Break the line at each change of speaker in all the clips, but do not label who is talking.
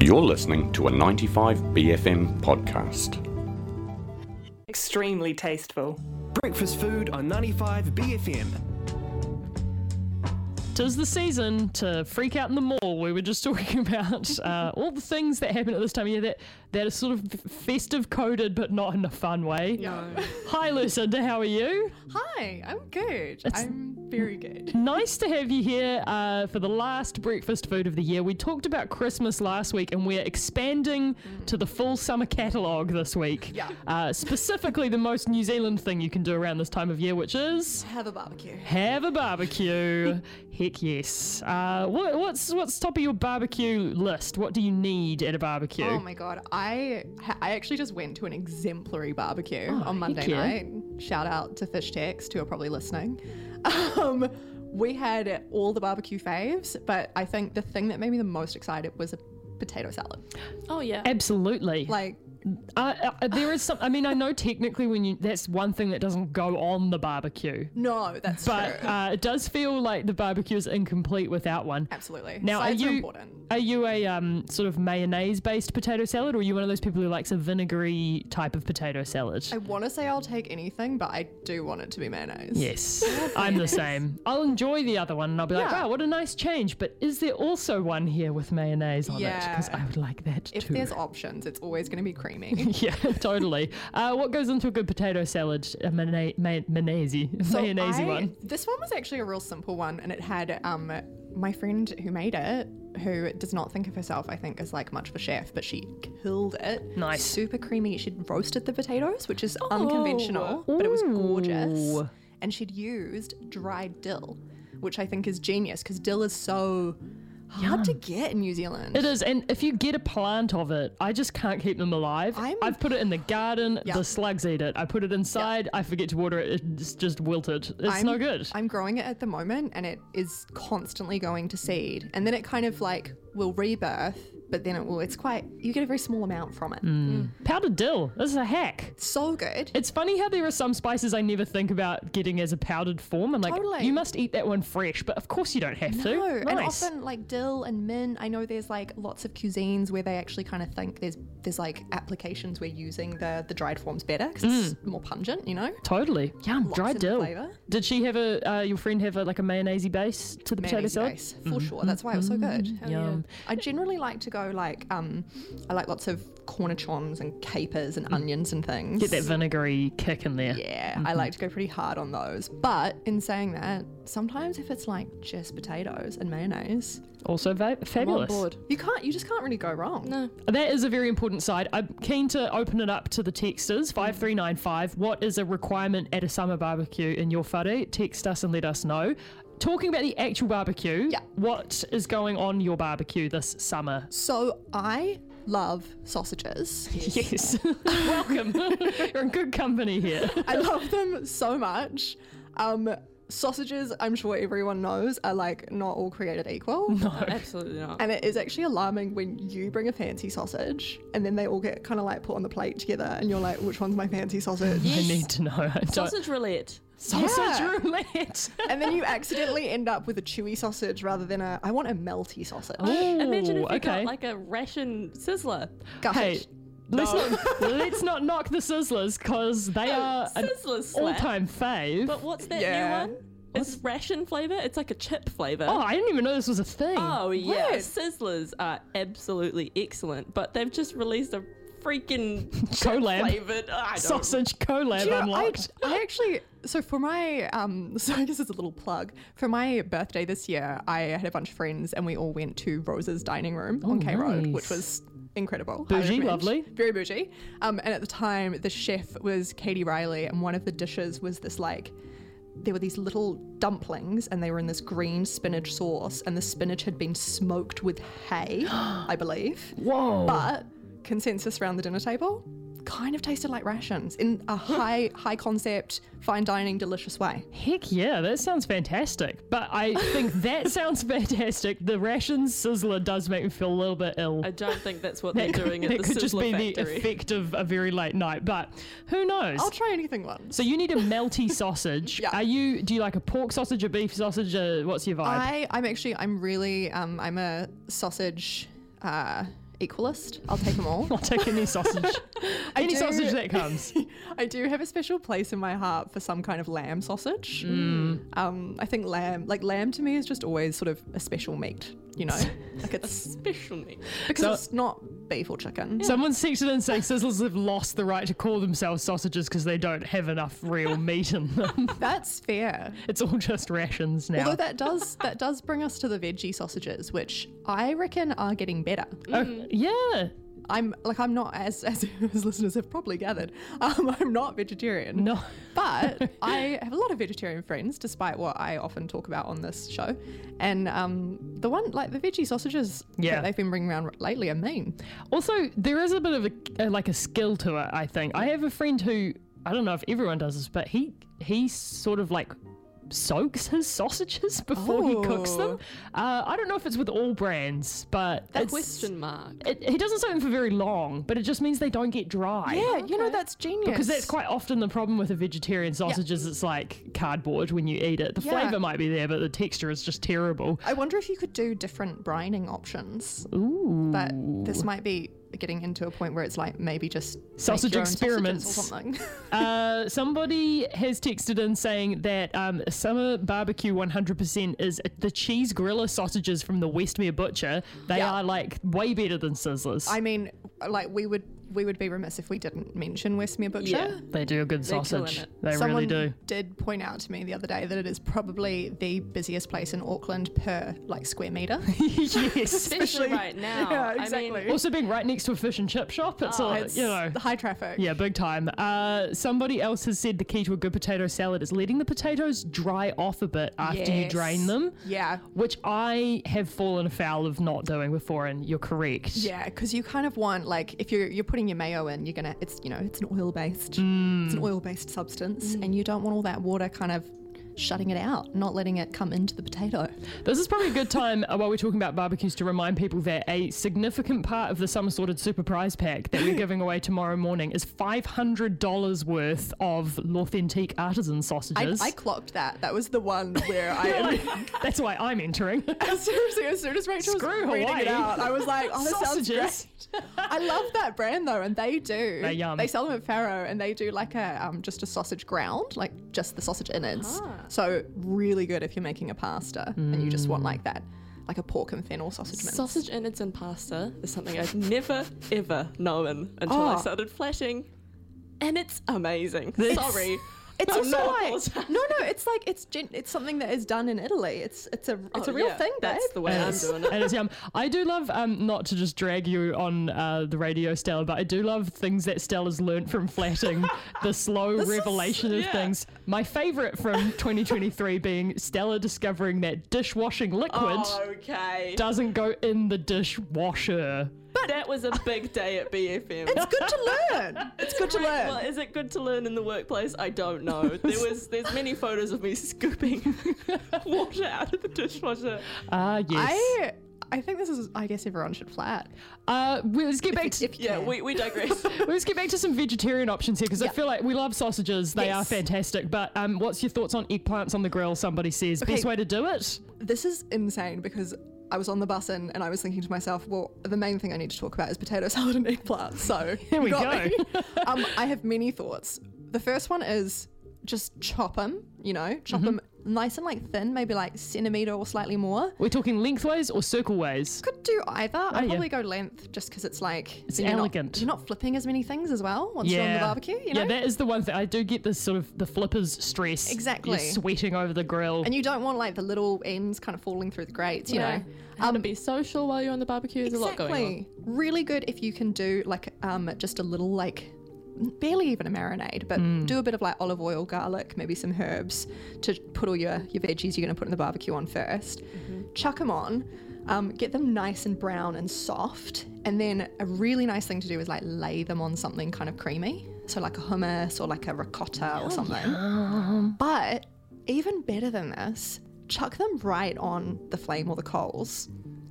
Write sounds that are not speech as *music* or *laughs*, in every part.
You're listening to a 95BFM podcast.
Extremely tasteful.
Breakfast food on 95 BFM.
Tis the season to freak out in the mall. We were just *laughs* talking about uh, all the things that happen at this time of year that, that are sort of f- festive coded, but not in a fun way. Hi, Lucinda. How are you?
Hi, I'm good. I'm very good.
Nice to have you here uh, for the last breakfast food of the year. We talked about Christmas last week, and we're expanding to the full summer catalogue this week.
Yeah.
Uh, specifically, the most New Zealand thing you can do around this time of year, which is.
Have a barbecue.
Have a barbecue. Heck yes. Uh, what, what's what's top of your barbecue list? What do you need at a barbecue?
Oh my god, I I actually just went to an exemplary barbecue
Oh,
on Monday
yeah.
night. Shout out to Fish Tex, who are probably listening. *laughs* Um, we had all the barbecue faves, but I think the thing that made me the most excited was a potato salad.
Oh yeah.
Absolutely.
Like,
uh, uh, there is some. I mean, I know technically when you that's one thing that doesn't go on the barbecue,
no, that's
but
true.
uh, it does feel like the barbecue is incomplete without one.
Absolutely.
Now,
Sides
are you
are important.
are you a um, sort of mayonnaise based potato salad, or are you one of those people who likes a vinegary type of potato salad?
I want to say I'll take anything, but I do want it to be mayonnaise.
Yes, I'm the same. I'll enjoy the other one and I'll be like,
Yeah.
wow, what a nice change. But is there also one here with mayonnaise on it? Because
Yeah.
I would like that
If
too.
there's options, it's always going to be
*laughs*
creamy.
yeah, totally. Uh, what goes into a good potato salad? A mayonnaise, mayonnaise, *laughs*
So
mayonnaise
I-
one.
This one was actually a real simple one, and it had um, my friend who made it, who does not think of herself, I think, as like much of a chef, but she killed it.
Nice. Oh.
Super creamy. She'd roasted the potatoes, which is unconventional, but it was gorgeous.
Ooh.
And she'd used dried dill, which I think is genius because dill is so hard to get in New Zealand.
It is, and if you get a plant of it, I just can't keep them alive. i
I'm-
have put it in the garden,
Yeah.
the slugs eat it. I put it inside, I forget to water it, it's just wilted. It's
I'm-
no good.
I'm growing it at the moment and it is constantly going to seed. And then it kind of like will rebirth, but then it will, it's quite, you get a very small amount from it.
Mm. Powdered dill, this is a hack.
So good.
It's funny how there are some spices I never think about getting as a powdered form. I'm like,
Totally.
you must eat that one fresh, but of course you don't have to.
No, and
Nice.
often like dill and mint. I know there's like lots of cuisines where they actually kind of think there's there's like applications where using the the dried forms better because
Mm.
it's more pungent, you know.
totally. Yum, dried
of
dill.
flavour.
Did she have a uh, your friend have a, like a mayonnaise base to the potato
Mayonnaise
salad? Mm-hmm.
base, for sure. That's why it was so good.
Yum.
I generally like to go like um, I like lots of cornichons and capers and onions and things.
Get Mm. that vinegary kick in there.
Yeah, I like to go pretty hard on those. But in saying that, sometimes if it's like just potatoes and mayonnaise,
Also va- fabulous.
you can't, you just can't really go wrong.
No.
That is a very important side. I'm keen to open it up to the texters. 5395. What is a requirement at a summer barbecue in your whare? Text us and let us know. Talking about the actual barbecue,
Yeah.
what is going on your barbecue this summer?
*laughs*
So I love sausages.
*laughs* Yes. Welcome. You're in good company here.
I love them so much. Um, sausages, I'm sure everyone knows, are like not all created equal.
*laughs*
Absolutely not.
And it is actually alarming when you bring a fancy sausage and then they all get kind of like put on the plate together and you're like, which one's my fancy sausage?
I need to know. I don't-
Sausage roulette.
Sausage
Yeah.
roulette.
and then you accidentally end up with a chewy sausage rather than a, I want a melty sausage.
*laughs* Imagine if
Ooh,
you
okay.
got like a ration sizzler.
hey,
Gutted.
let's, not, let's not knock the sizzlers because
*laughs*
they are an
Sizzler slap.
all-time fave.
But what's that
Yeah.
new one? It's ration flavor. It's like a chip flavor.
oh, I didn't even know this was a thing.
Oh, yeah.
Weird.
Sizzlers are absolutely excellent, but they've just released a freaking
Collab.
flavored I don't
Sausage collab
Do you know, I,
unlocked.
I actually so for my um *laughs* so I guess it's a little plug for my birthday this year I had a bunch of friends and we all went to Rose's dining room on K Road which
nice.
was incredible I
Bougie,
recommend.
lovely.
very bougie um and at the time the chef was Katie Riley and one of the dishes was this like there were these little dumplings and they were in this green spinach sauce and the spinach had been smoked with
*gasps*
hay I believe
Whoa.
but consensus around the dinner table kind of tasted like rations in
*gasps*
a high high concept fine dining delicious way
Heck yeah, that sounds fantastic. But I *laughs* think that sounds fantastic. The rations sizzler does make me feel a little bit ill.
I don't think that's what
that
they're
*laughs*
doing at
that
the
could just be
Sizzler
the
factory.
effect of a very late night, but who knows?
i'll try anything once
so you need a melty sausage.
Yeah.
Are you? Do you like a pork sausage, a beef sausage? A, what's your vibe?
i i'm actually i'm really um i'm a sausage uh Equalist. I'll take them all.
*laughs* I'll take any sausage.
I
any
do-
sausage that comes.
I do have a special place in my heart for some kind of lamb sausage. Um, I think lamb, like lamb, to me is just always sort of a special meat. You know, like it's
Especially.
because
So-
it's not beef or chicken.
Someone texted in saying sizzlers have lost the right to call themselves sausages because they don't have enough real meat in them.
That's fair.
*laughs* It's all just rations now.
Although that does that does bring us to the veggie sausages, which I reckon are getting better. Mm.
Oh, yeah.
I'm like I'm not as as, *laughs* as listeners have probably gathered. *laughs* Um, I'm not vegetarian.
No.
*laughs* But I have a lot of vegetarian friends, despite what I often talk about on this show. And um, the one like the veggie sausages
Yeah.
that they've been bringing around lately are mean.
Also, there is a bit of a, uh, like a skill to it. I think I have a friend who I don't know if everyone does this, but he he sort of like soaks his sausages *laughs* before he cooks them. Uh, I don't know if it's with all brands, but
Oh. That
it's-
Question mark.
It, he doesn't soak them for very long, but it just means they don't get dry.
Yeah, you know that's genius.
Because that's quite often the problem with a vegetarian sausage is it's like cardboard when you eat it. The
Yeah.
flavour might be there, but the texture is just terrible.
I wonder if you could do different brining options. But this might be getting into a point where it's like maybe just make
Sausage
your own sausages
experiments.
or something. *laughs*
Uh, somebody has texted in saying that um, summer barbecue 100% is the cheese griller sausages from the Westmere Butcher. They
Yeah.
are like way better than Sizzlers.
I mean, like we would we would be remiss if we didn't mention Westmere Butcher.
Yeah.
they do a good
They're killing
sausage.
it.
They
Someone
really do.
did point out to me the other day that it is probably the busiest place in Auckland per like square
*laughs*
meter.
*laughs* yes.
Especially right now.
Yeah,
I mean,
exactly.
Also being right next to a fish and chip shop, it's all
Oh, it's
you know.
high traffic.
Yeah, big time. Uh, somebody else has said the key to a good potato salad is letting the potatoes dry off a bit after you
Yes.
drain them,
Yeah.
which I have fallen afoul of not doing before, and you're correct.
Yeah, because you kind of want like if you're you're putting your mayo in, you're gonna it's you know it's an oil based
Mm.
it's an oil based substance, and you don't want all that water kind of shutting it out, not letting it come into the potato.
This is probably a good time uh, while we're talking about barbecues to remind people that a significant part of the summer sorted super prize pack that we're giving away tomorrow morning is $500 worth of authentic artisan
I,
sausages.
I clocked that. That was the one where
*laughs*
I *laughs*
That's why I'm
*laughs*
entering.
seriously as soon as Rachel
Screw
was reading
Hawaii.
it out, I was like, oh, this sounds
sausages.
great. I love that brand though, and they do.
They're yum.
They sell them at Faro, and they do like a um, just a sausage ground, like just the sausage innards. So really good if you're making a pasta and you just want like that, like a pork and fennel sausage mince.
sausage innards and pasta is something I've never, ever known until I
Oh.
started flashing. And it's amazing. *laughs* Sorry.
It's
I'm
also
not
like
apologising.
no, no. It's like it's gen- it's something that is done in Italy. It's it's a it's
Oh,
a real
yeah,
thing, babe.
That's the way
And
I'm
it's-
*laughs* doing it.
and it's yum. I do love um, not to just drag you on uh, the radio, Stella, but I do love things that Stella's learnt from
*laughs*
flatting the slow revelation of
yeah.
things. My favourite from 2023 being Stella discovering that dishwashing liquid
Oh, Okay.
doesn't go in the dishwasher.
that was a big day at BFM.
It's good to
*laughs*
learn. It's good to learn.
Well, is it good to learn in the workplace? I don't know. There was there's many photos of me *laughs* scooping water out of the dishwasher.
Ah, yes.
I I think this is. I guess everyone should flat.
Uh, we- let's get back to
If you
Yeah,
can.
we, we *laughs* digress.
let's get back to some vegetarian options here because I
Yeah.
feel like we love sausages. They are
Yes.
fantastic. But um, what's your thoughts on eggplants on the grill? Somebody says
Okay.
best way to do it.
this is insane because I was on the bus and, and I was thinking to myself, well, the main thing I need to talk about is potato *laughs* salad and eggplant.
*laughs*
So here
we
*laughs* um, I have many thoughts. The first one is just chop them, you know, chop
Mm-hmm.
them nice and like thin, maybe like centimeter or slightly more.
We're talking lengthways or circle ways.
Could do either. I'd
Oh, yeah.
probably go length just because it's like
It's
then you're not-
elegant.
you're not flipping as many things as well once you're on the barbecue, you know.
Yeah, that is the one thing. I do get this sort of the flippers stress.
Exactly.
You're sweating over the grill.
and you don't want like the little ends kind of falling through the grates, you know.
How to be social while you're on the barbecue. There's a lot going on.
Really good if you can do like um just a little like barely even a marinade, but
Hmm.
do a bit of like olive oil, garlic, maybe some herbs to put all your your veggies you're going to put in the barbecue on 1st
Mm-hmm.
Chuck them on. Um, get them nice and brown and soft, and then a really nice thing to do is like lay them on something kind of creamy, so like a hummus or like a ricotta or something. But even better than this, chuck them right on the flame or the coals.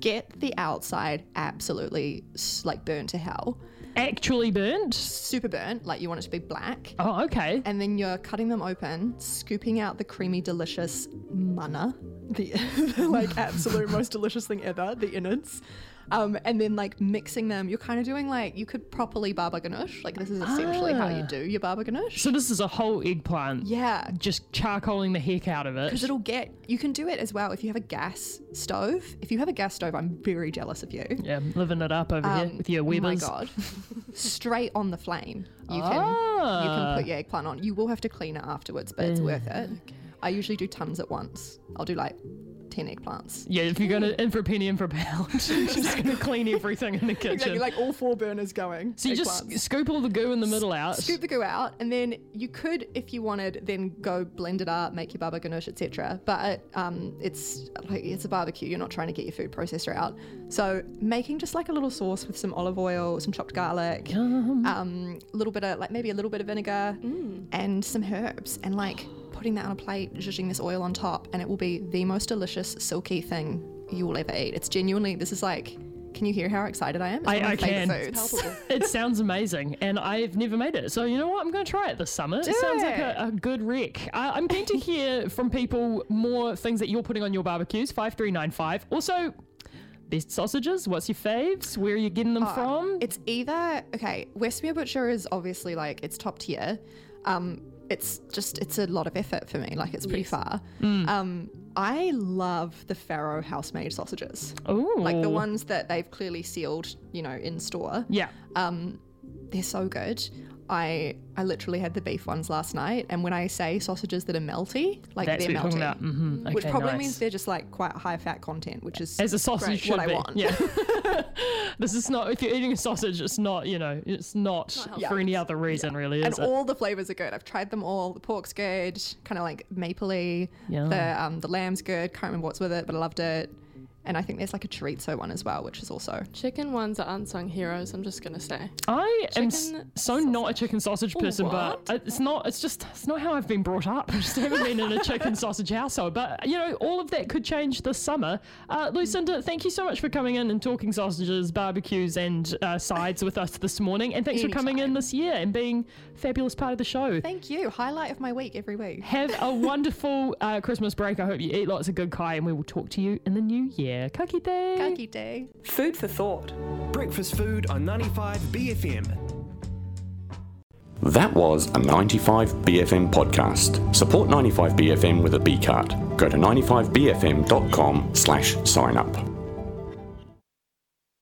Get the outside absolutely s- like burnt to hell,
Actually burnt.
super burnt, like you want it to be black.
Oh, okay.
And then you're cutting them open, scooping out the creamy, *laughs* delicious manna, the, the like absolute most delicious thing ever, the innards. um, and then like mixing them. You're kind of doing like you could properly baba ganoush. Like this is essentially how you
Ah.
do your baba ganoush.
So this is a whole eggplant.
Yeah,
Just charcoaling the heck out of
because
it.
it'll get. You can do it as well if you have a gas stove. If you have a gas stove, I'm very jealous of you.
Yeah, living it up over here
Um,
with your
Oh my
Webers. *laughs*
god! Straight on the flame. You can you
Ah. Mm.
can put your eggplant on. You will have to clean it afterwards, but it's worth it. I usually do tons at once. I'll do like ten eggplants.
Yeah, if you're gonna in for a penny in for a pound, *laughs* you're
*laughs*
just gonna clean everything in the kitchen.
Exactly, like all four burners going.
so you just
Eggplants.
sc- scoop all the goo in the middle out.
scoop the goo out, and then you could, if you wanted, then go blend it up, make your baba ganoush, etc. But um, it's like it's a barbecue. You're not trying to get your food processor out, so making just like a little sauce with some olive oil, some chopped garlic, um, a little bit of like maybe a little bit of vinegar,
Mm.
and some herbs, and like putting that on a plate, zhuzhing this oil on top, and it will be the most delicious silky thing you will ever eat. It's genuinely this is like. Can you hear how excited I am? It's
I-
one of my
I can.
favorite foods.
*laughs* it sounds amazing, and I've never made it. So you know what? I'm going to try it this summer.
Do
it sounds like
it.
a, a good rec. Uh, I'm
*laughs*
keen to hear from people more things that you're putting on your barbecues. Five three nine five. Also, best sausages. What's your faves? Where are you getting
Ah,
them from?
It's either okay. Westmere Butcher is obviously like it's top tier. Um, it's just it's a lot of effort for me. Like it's pretty far.
Mm.
Um, I love the Faro house-made sausages,
Oh,
like the ones that they've clearly sealed, you know, in store.
Yeah.
They're so good. I I literally had the beef ones last night, and when I say sausages that are melty, like
That's what
they're
you're
melty,
talking about. Mm-hmm. Okay,
which probably
nice.
means they're just like quite high fat content, which is
as a sausage
great,
should
what
be.
I want.
Yeah. this is not if you're eating a sausage, it's not you know it's not,
healthy.
for any other reason really,
and
is it?
all the flavors are good. I've tried them all. The pork's good, kind of like mapley.
Yum.
The um, the lamb's good. Can't remember what's with it, but I loved it. And I think there's like a chorizo one as well, which is also
Chicken ones are unsung heroes, I'm just gonna say.
I am s-
Chicken
so not a chicken sausage person, but I- it's not. It's just it's not how I've been brought up. *laughs* I just haven't been in a chicken sausage household. But you know, all of that could change this summer. Uh, Lucinda, thank you so much for coming in and talking sausages, barbecues, and uh, sides with us this morning, and thanks for coming in
Anytime.
this year and being a fabulous part of the show.
thank you. Highlight of my week every week.
Have a wonderful uh, Christmas break. I hope you eat lots of good kai, and we will talk to you in the new year. Kakite.
Kaki day.
Food for thought.
Breakfast food on 95 BFM.
That was a 95BFM podcast. Support 95BFM with a B card. Go to 95BFM.com slash sign up.